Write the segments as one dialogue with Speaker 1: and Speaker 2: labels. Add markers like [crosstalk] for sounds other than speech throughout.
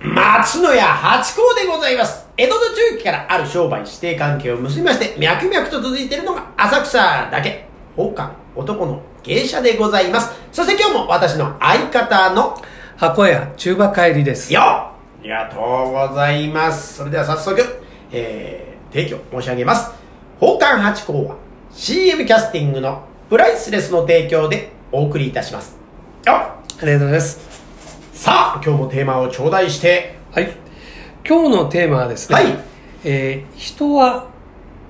Speaker 1: 松野屋八甲でございます。江戸の中期からある商売指定関係を結びまして、脈々と続いているのが浅草だけ、宝冠男の芸者でございます。そして今日も私の相方の、
Speaker 2: 箱屋中馬帰りです
Speaker 1: よありがとうございます。それでは早速、えー、提供申し上げます。宝冠八甲は CM キャスティングのプライスレスの提供でお送りいたします。よっ
Speaker 2: ありがとうございます
Speaker 1: さあ、今日もテーマを頂戴して、
Speaker 2: はい今日のテーマはですね、
Speaker 1: はい
Speaker 2: えー人は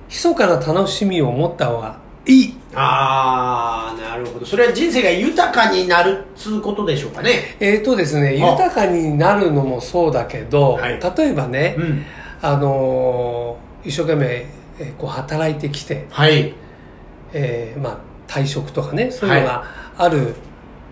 Speaker 2: 密かな楽しみを持った方がいい、
Speaker 1: あー、なるほど。それは人生が豊かになるっつうことでしょうかね。
Speaker 2: えーとですね、
Speaker 1: あ
Speaker 2: 豊かになるのもそうだけど、
Speaker 1: はい
Speaker 2: 例えばね、
Speaker 1: ん。
Speaker 2: あのー一生懸命、えーこう働いてきて、
Speaker 1: はい。
Speaker 2: えーまあ、退職とかねそういうのがある、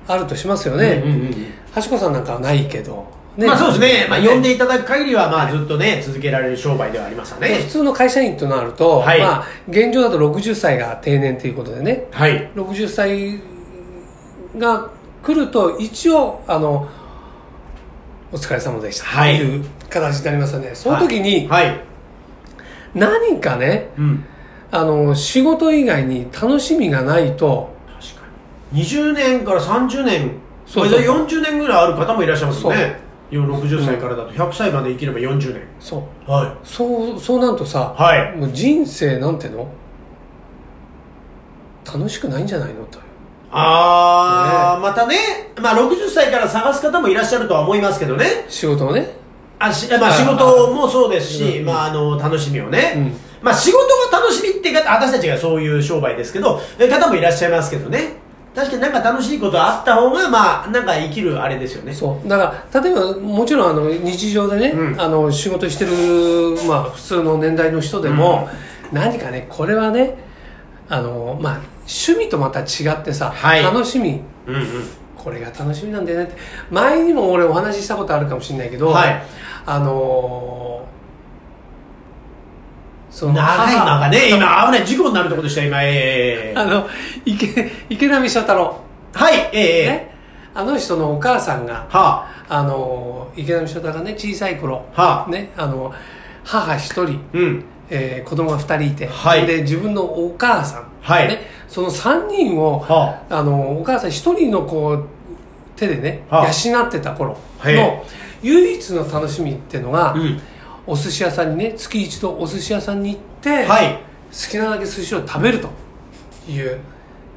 Speaker 2: あるとしますよね、
Speaker 1: うんうんうん
Speaker 2: はしこさんなんかはないけど、ね
Speaker 1: まあそうですね。まあ呼んでいただく限りは、まあずっとね、続けられる商売ではありましたね
Speaker 2: 普。通の会社員となると、
Speaker 1: はい
Speaker 2: まあ、現状だと60歳が定年ということでね
Speaker 1: はい。
Speaker 2: 60歳が来ると一応あのお疲れ様でした
Speaker 1: はい
Speaker 2: という形になりますよね、その時に
Speaker 1: はい。
Speaker 2: 何かね
Speaker 1: うん。
Speaker 2: あの仕事以外に楽しみがないと
Speaker 1: 確かに20年から30年
Speaker 2: そうそう
Speaker 1: まあ40年ぐらいある方もいらっしゃいますよね今60歳
Speaker 2: うん
Speaker 1: からだと100歳まで生きれば40年
Speaker 2: そう
Speaker 1: は
Speaker 2: そうそうなんとさ、
Speaker 1: はい
Speaker 2: もう人生なんての楽しくないんじゃないのという
Speaker 1: ああ、またね、まあ、60歳から探す方もいらっしゃるとは思いますけどね
Speaker 2: 仕事をね
Speaker 1: あし、まあ、
Speaker 2: あー
Speaker 1: 仕事もそうですし、
Speaker 2: うん
Speaker 1: まあ、あの楽しみをね、
Speaker 2: うん
Speaker 1: まあ、仕事が楽しみっていう方私たちがそういう商売ですけどえ方もいらっしゃいますけどね確かになんか楽しいことあった方がまあなんか生きるあれですよね
Speaker 2: そうだから例えばもちろんあの日常でね、
Speaker 1: うん
Speaker 2: あの仕事してる、まあ、普通の年代の人でも、何かねこれはねあの、まあ、趣味とまた違ってさ、
Speaker 1: はい
Speaker 2: 楽しみ
Speaker 1: うんうん
Speaker 2: これが楽しみなんだよねって前にも俺お話ししたことあるかもしれないけど、
Speaker 1: はい
Speaker 2: あのそ
Speaker 1: 長いのがね
Speaker 2: 母
Speaker 1: 今危ない事故になるとこでした今ええ
Speaker 2: あの池池波正太郎、
Speaker 1: はい、ええ
Speaker 2: ね、あの人のお母さんが
Speaker 1: は
Speaker 2: あの池波正太郎がね小さい頃、
Speaker 1: あ、はあ、
Speaker 2: ね、あの母一人、
Speaker 1: うん、
Speaker 2: えー子供が二人いて、
Speaker 1: はい
Speaker 2: で自分のお母さん、
Speaker 1: はい
Speaker 2: ね、その三人を、
Speaker 1: は
Speaker 2: あのお母さん一人のこう手でね、
Speaker 1: はあ
Speaker 2: 養ってた頃
Speaker 1: はい
Speaker 2: の唯一の楽しみっていうのが、
Speaker 1: うん
Speaker 2: お寿司屋さんにね月一度お寿司屋さんに行って、
Speaker 1: はい。
Speaker 2: 好きなだけ寿司を食べるという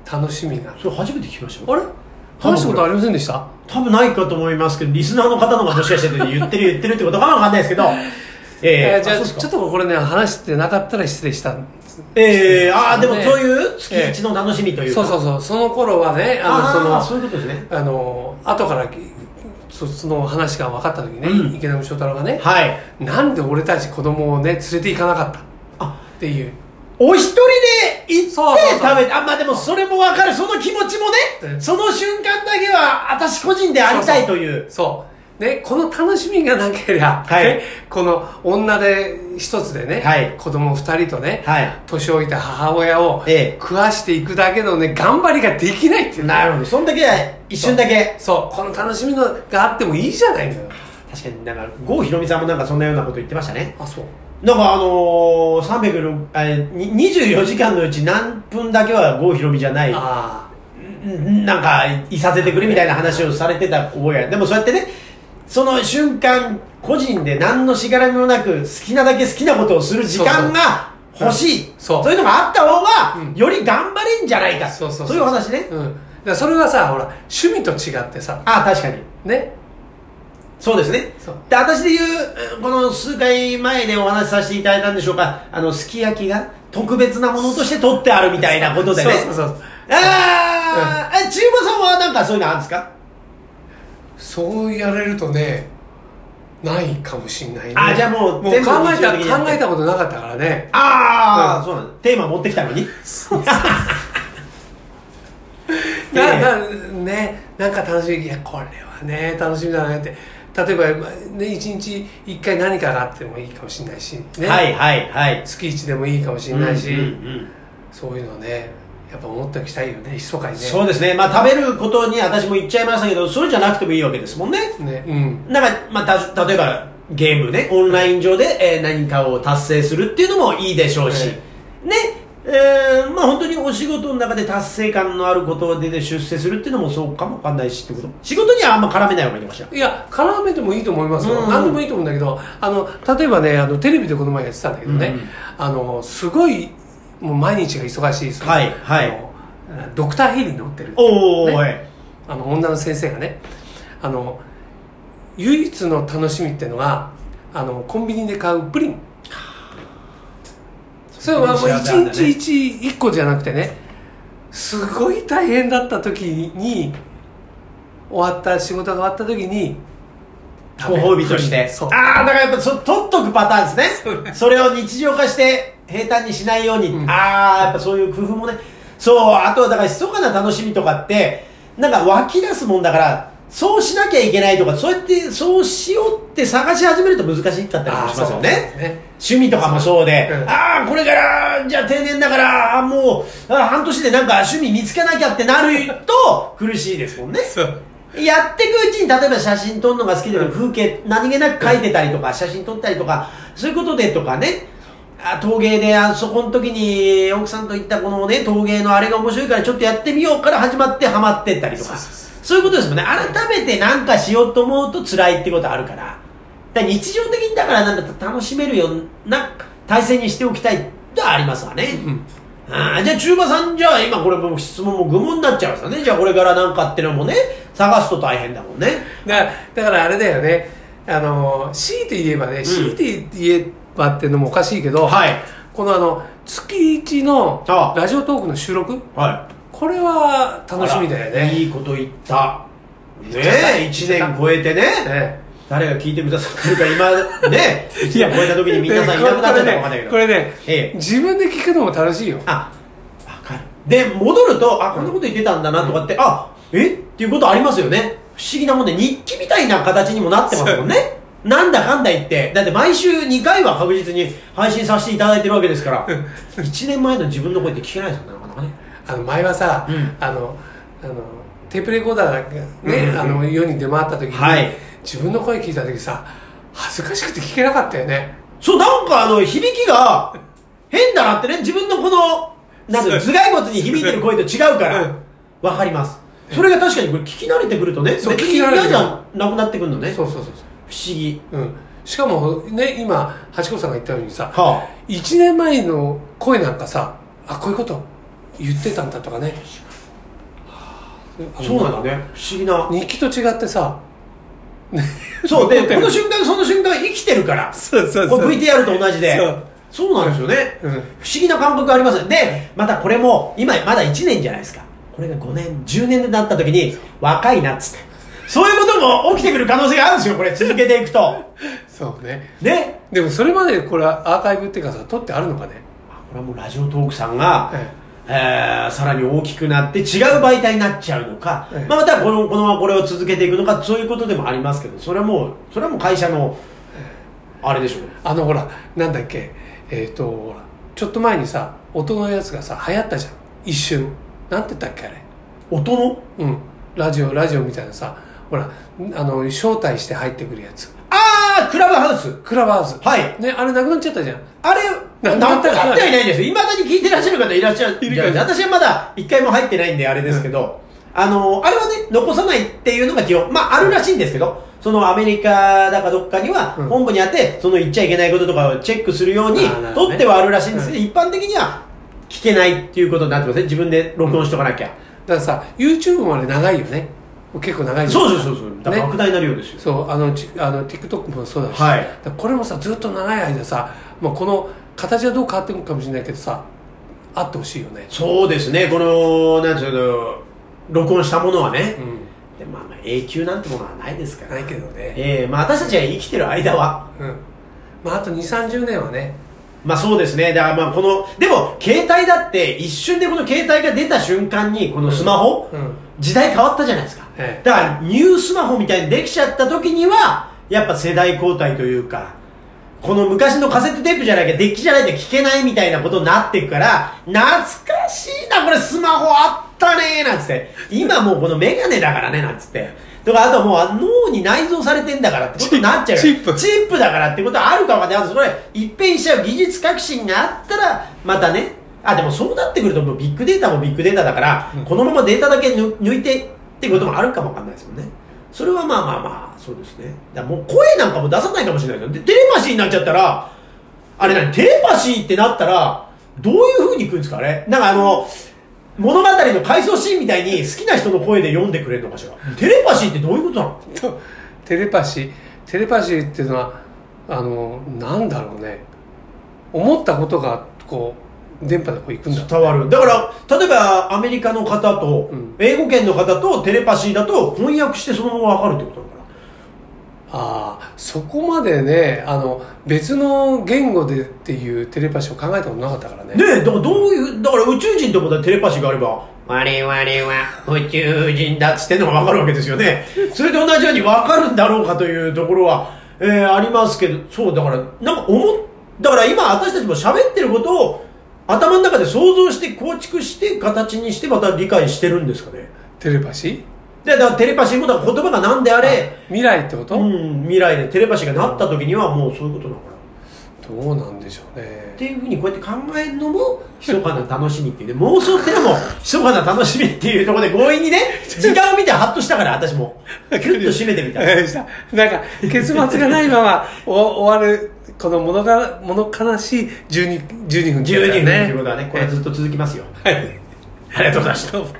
Speaker 2: 楽しみが
Speaker 1: それ初めて聞きました
Speaker 2: あ
Speaker 1: よ。
Speaker 2: れ話したことありませんでした
Speaker 1: 多分ないかと思いますけど、リスナーの方の方がもしかして言ってる言ってるってことかもわかんないですけど、ええ
Speaker 2: えーじゃあ
Speaker 1: そうです
Speaker 2: ちょ
Speaker 1: か
Speaker 2: っとこれね話してなかったら失礼したんです
Speaker 1: ええああ、でも
Speaker 2: ね
Speaker 1: そういう月一の楽しみというか。
Speaker 2: そうそうそうその頃はね
Speaker 1: あ
Speaker 2: あの
Speaker 1: あ、
Speaker 2: そ
Speaker 1: そ
Speaker 2: の
Speaker 1: ういうことですね。
Speaker 2: あの後からそその話が分かった時ね、
Speaker 1: うん
Speaker 2: 池波正太郎がね、
Speaker 1: はい。
Speaker 2: なんで俺たち子供をね連れて行かなかったっ
Speaker 1: あ、
Speaker 2: ていう
Speaker 1: お一人で行って
Speaker 2: そうそうそう
Speaker 1: 食べて、あ、まあでもそれもわかる、その気持ちも
Speaker 2: う
Speaker 1: ね、
Speaker 2: ん
Speaker 1: その瞬間だけは私個人でありたいという。
Speaker 2: そうねこの楽しみがなければ、
Speaker 1: はい
Speaker 2: ねこの女で一つでね、
Speaker 1: はい
Speaker 2: 子供二人とね、
Speaker 1: はい。
Speaker 2: 年老いた母親を
Speaker 1: ええ
Speaker 2: 食わしていくだけのね頑張りができないっていう
Speaker 1: なるほど。そんだけは一瞬だけ。
Speaker 2: そうこの楽しみのがあってもいいじゃないのよ
Speaker 1: 確かになんか郷ひろみさんもなんかそんなようなこと言ってましたね
Speaker 2: あそう
Speaker 1: なんかあのー、306あに24時間のうち何分だけは郷ひろみじゃない
Speaker 2: あ
Speaker 1: んなんかいさせてくれみたいな話をされてた覚えがでもそうやってねその瞬間個人で何のしがらみもなく好きなだけ好きなことをする時間が欲しい
Speaker 2: そう
Speaker 1: いうのがあった方が、
Speaker 2: うん
Speaker 1: より頑張れんじゃないか
Speaker 2: あそうそう
Speaker 1: いう話ね、
Speaker 2: うん、だからそれはさほら趣味と違ってさ
Speaker 1: ああ確かに
Speaker 2: ね
Speaker 1: そうですね
Speaker 2: そう
Speaker 1: で私で言ううんこの数回前でお話しさせていただいたんでしょうかあのすき焼きが特別なものとして取ってあるみたいなことでね
Speaker 2: そうそうそう
Speaker 1: あー、え千葉さんはなんかそういうのあるんですか
Speaker 2: そうやれるとねないかもしんないね
Speaker 1: あじゃあもう
Speaker 2: もう考
Speaker 1: 全部
Speaker 2: え
Speaker 1: 日常的にや
Speaker 2: た
Speaker 1: って
Speaker 2: 考えたことなかったからね
Speaker 1: ああ、
Speaker 2: うん
Speaker 1: そうなんだテーマ持ってきたのに
Speaker 2: な
Speaker 1: ええ
Speaker 2: なねなんか楽しみいやこれはね楽しみだねって例えば、まあね、一日一回何かがあってもいいかもしんないし、ね
Speaker 1: はいはいはい
Speaker 2: 月一でもいいかもしんないし、
Speaker 1: うんうんうん
Speaker 2: そういうのねやっぱ思っておきたいよね密かにね
Speaker 1: そうですね。まあ食べることに私も言っちゃいましたけど、それじゃなくてもいいわけですもんね。
Speaker 2: ねうん
Speaker 1: なんか、まあ、た例えばゲームね、オンライン上で、えー何かを達成するっていうのもいいでしょうし、
Speaker 2: え
Speaker 1: ね、えーまあ本当にお仕事の中で達成感のあることで、ね、出世するっていうのもそうかもわかんないしってこと仕事にはあんま絡めない方がいいのかしら。
Speaker 2: いや絡めてもいいと思いますよ、
Speaker 1: うんうん
Speaker 2: 何でもいいと思うんだけどあの例えばねあのテレビでこの前やってたんだけどね、
Speaker 1: うんうん
Speaker 2: あのすごいもう毎日が忙しいです
Speaker 1: はいはい
Speaker 2: あのドクターヘリに乗ってる
Speaker 1: おー、
Speaker 2: ね
Speaker 1: はい
Speaker 2: あの女の先生がねあの唯一の楽しみっていうのがあのコンビニで買うプリンそれはもう
Speaker 1: 幸せなん
Speaker 2: 1
Speaker 1: だね
Speaker 2: 日 1, 一個じゃなくてねすごい大変だった時に終わった仕事が終わった時に
Speaker 1: ご褒美として
Speaker 2: そう。
Speaker 1: ああ、だからやっぱそ、取っとくパターンですね。それを日常化して平坦にしないように。
Speaker 2: うん
Speaker 1: ああ、やっぱそういう工夫もね。そう、あとはだから、密かな楽しみとかって、なんか湧き出すもんだから、そうしなきゃいけないとか、そうやって、そうしようって探し始めると難しかったりもしますよね。
Speaker 2: ね
Speaker 1: 趣味とかもそうで、
Speaker 2: うん
Speaker 1: ああ、これから、じゃあ定年だから、あーもう、あー半年でなんか趣味見つけなきゃってなると、苦しいですもんね。
Speaker 2: そう
Speaker 1: やっていくうちに、例えば写真撮るのが好きで、風景、何気なく描いてたりとか、写真撮ったりとか、そういうことでとかね、あ陶芸で、あそこの時に、奥さんと行ったこのね、陶芸のあれが面白いから、ちょっとやってみようから始まって、ハマってったりとか、
Speaker 2: そうそうそ
Speaker 1: そういうことですもんね。改めてなんかしようと思うと辛いってことあるから、だから日常的にだからなんか楽しめるような体制にしておきたいとはありますわね。
Speaker 2: うん
Speaker 1: あーじゃあ中馬さんじゃあ今これもう質問も愚問になっちゃいますよねじゃあこれからなんかってのもね探すと大変だもんね
Speaker 2: だだからあれだよねあの強いて言えばね、強いて言えばっていうのもおかしいけど、
Speaker 1: はい
Speaker 2: このあの月一の
Speaker 1: あ
Speaker 2: ラジオトークの収録
Speaker 1: は
Speaker 2: これは楽しみだよね
Speaker 1: いいこと言ったね
Speaker 2: 言っちゃった
Speaker 1: え1年超えてね
Speaker 2: ね
Speaker 1: 誰が聞いてくださってるか今 [laughs] ね1年超えた時に皆さんいなくなっちゃったかわかんないけど
Speaker 2: これねこれね
Speaker 1: ええ
Speaker 2: 自分で聞くのも楽しいよ
Speaker 1: あわかるで戻るとあこんなこと言ってたんだなとかって、あえっていうことありますよね不思議なもんで日記みたいな形にもなってますもんねなんだかんだ言ってだって毎週2回は確実に配信させていただいてるわけですから1年前の自分の声って聞けないですよねなかなかね
Speaker 2: あの前はさ、
Speaker 1: うん
Speaker 2: あのあのテープレコーダーがね、
Speaker 1: うんうんうん
Speaker 2: あの世に出回った時に、
Speaker 1: はい
Speaker 2: 自分の声聞いた時さ恥ずかしくて聞けなかったよね
Speaker 1: そうなんかあの響きが変だなってね自分のこのなんていうの
Speaker 2: そ
Speaker 1: 頭蓋
Speaker 2: う
Speaker 1: 骨に響いてる声と違うか
Speaker 2: う
Speaker 1: ら
Speaker 2: ん
Speaker 1: わかりますそれが確かにこれ聞き慣れてくるとね別
Speaker 2: そう
Speaker 1: に
Speaker 2: 聞き慣れて
Speaker 1: 嫌
Speaker 2: くる
Speaker 1: じゃなくなってくるのね不
Speaker 2: そ
Speaker 1: 思
Speaker 2: うそうそうそう
Speaker 1: 議
Speaker 2: うん、しかもね今八子さんが言ったようにさ
Speaker 1: はあ
Speaker 2: 1年前の声なんかさあこういうこと言ってたんだとかねあの
Speaker 1: そうなんだね不思議な
Speaker 2: 日記と違ってさ
Speaker 1: そうで
Speaker 2: 残って
Speaker 1: こ
Speaker 2: る
Speaker 1: の瞬間その瞬間生きてるから
Speaker 2: そうそう
Speaker 1: これ VTR と同じで
Speaker 2: そう
Speaker 1: そうなんですよね
Speaker 2: うん
Speaker 1: 不思議な感覚ありますでまたこれも今まだ1年じゃないですかこれが5年10年でなった時に若いなっつってそういうことも起きてくる可能性があるんですよこれ続けていくと
Speaker 2: そうね
Speaker 1: ね
Speaker 2: でもそれまでこれはアーカイブっていうかさ撮ってあるのかね
Speaker 1: あこれはもうラジオトークさんが、
Speaker 2: え
Speaker 1: えーさらに大きくなって違う媒体になっちゃうのか、
Speaker 2: ええ
Speaker 1: まあ、またこのこのままこれを続けていくのかそういうことでもありますけどそれはもうそれはもう会社のあれでしょうね
Speaker 2: あのほらなんだっけえっ、とほらちょっと前にさ音のやつがさ流行ったじゃん一瞬なんて言ったっけあれ
Speaker 1: 音の
Speaker 2: うんラジオラジオみたいなさほらあの招待して入ってくるやつ
Speaker 1: ああクラブハウス
Speaker 2: クラブハウス
Speaker 1: はい
Speaker 2: ね、あれなくなっちゃったじゃん。
Speaker 1: あれ
Speaker 2: な
Speaker 1: 何とかってはいないんですよいまだに聞いてらっしゃる方いらっしゃる
Speaker 2: いるか
Speaker 1: いや私はまだ一回も入ってないんであれですけど、あのあれはね残さないっていうのが基本まああるらしいんですけどそのアメリカだかどっかには
Speaker 2: うん
Speaker 1: 本部にあってその言っちゃいけないこととかをチェックするように
Speaker 2: あーなるほど
Speaker 1: 取
Speaker 2: ね
Speaker 1: ってはあるらしいんですけど、一般的には聞けないっていうことになってますね自分で録音しとかなきゃ、
Speaker 2: だからさ、YouTube もあれ長いよね。結構長い
Speaker 1: そう
Speaker 2: う
Speaker 1: そうそうそうだから
Speaker 2: ね
Speaker 1: 莫大な量ですよ、
Speaker 2: そう、あの、ちあの TikTok もそうだし。
Speaker 1: はい
Speaker 2: だからこれもさ、ずっと長い間さ、まあ、この形はどう変わっていくかもしれないけどさ、あってほしいよね。
Speaker 1: そうですねこのなんていうの録音したものはね、
Speaker 2: うん。
Speaker 1: でもまあまあ永久なんてものはないですから
Speaker 2: ないけどね。
Speaker 1: ええまあ私たちが生きてる間は、
Speaker 2: うん。まあ、あと2、30年はね。
Speaker 1: まあそうですね。だからまあこの、でも携帯だって一瞬でこの携帯が出た瞬間にこのスマホ、
Speaker 2: うん。
Speaker 1: 時代変わったじゃないですか。
Speaker 2: ええ
Speaker 1: だからニュースマホみたいにできちゃった時には、やっぱ世代交代というか、この昔のカセットテープじゃなきゃデッキじゃないと聞けないみたいなことになってくから、懐かしいな、これスマホあったねなんつって。今もうこのメガネだからね、なんつって。とか、あともうあ脳に内蔵されてんだからってことになっちゃうよ
Speaker 2: チップ
Speaker 1: チップだからってことはあるかわかんない。あとそれ、一変しちゃう技術革新があったら、またね。あ、でもそうなってくるともうビッグデータもビッグデータだから、このままデータだけ抜抜いてってこともあるかもわかんないですもんね。それはまあまあまあ、そうですね。だからもう声なんかも出さないかもしれないけど、でテレパシーになっちゃったら、あれ何テレパシーってなったら、どういう風にいくんですかあれなんかあの、物語の回想シーンみたいに好きな人の声で読んでくれるのかしらテレパシーってどういうことなの
Speaker 2: とテレパシーテレパシーっていうのはあのなんだろうね思ったことがこう電波でこう行くんだ
Speaker 1: 伝わるだから例えばアメリカの方と、
Speaker 2: うん
Speaker 1: 英語圏の方とテレパシーだと翻訳してそのまま分かるってことだから
Speaker 2: ああそこまでねあの別の言語でっていうテレパシーを考えたことなかったからね
Speaker 1: ねえだからどういうだから宇宙人ってことはテレパシーがあれば我々は宇宙人だっつってんのが分かるわけですよね [laughs] それと同じように分かるんだろうかというところは、えーありますけどそうだからなんか思っだから今私たちも喋ってることを頭の中で想像して構築して形にしてまた理解してるんですかね
Speaker 2: テレパシー
Speaker 1: でだからテレパシーもだから言葉が何であれ
Speaker 2: 未来ってこと、
Speaker 1: うん、未来でテレパシーがなった時にはもうそういうことなのかなっ
Speaker 2: どうなんでしょうね
Speaker 1: ていうふうにこうやって考えるのも密かな楽しみっていうね妄想ってのも密かな楽しみっていうところで強引にね [laughs] 時間を見てハッとしたから私 [laughs] もギュッと締めてみた [laughs]
Speaker 2: わかりましたなんか結末がないま [laughs] まお終わるこの物が物悲しい 12, 12分ってや
Speaker 1: 12
Speaker 2: つだ
Speaker 1: 分ということはねこれずっと続きますよ
Speaker 2: はい
Speaker 1: ありがとうございました
Speaker 2: どうも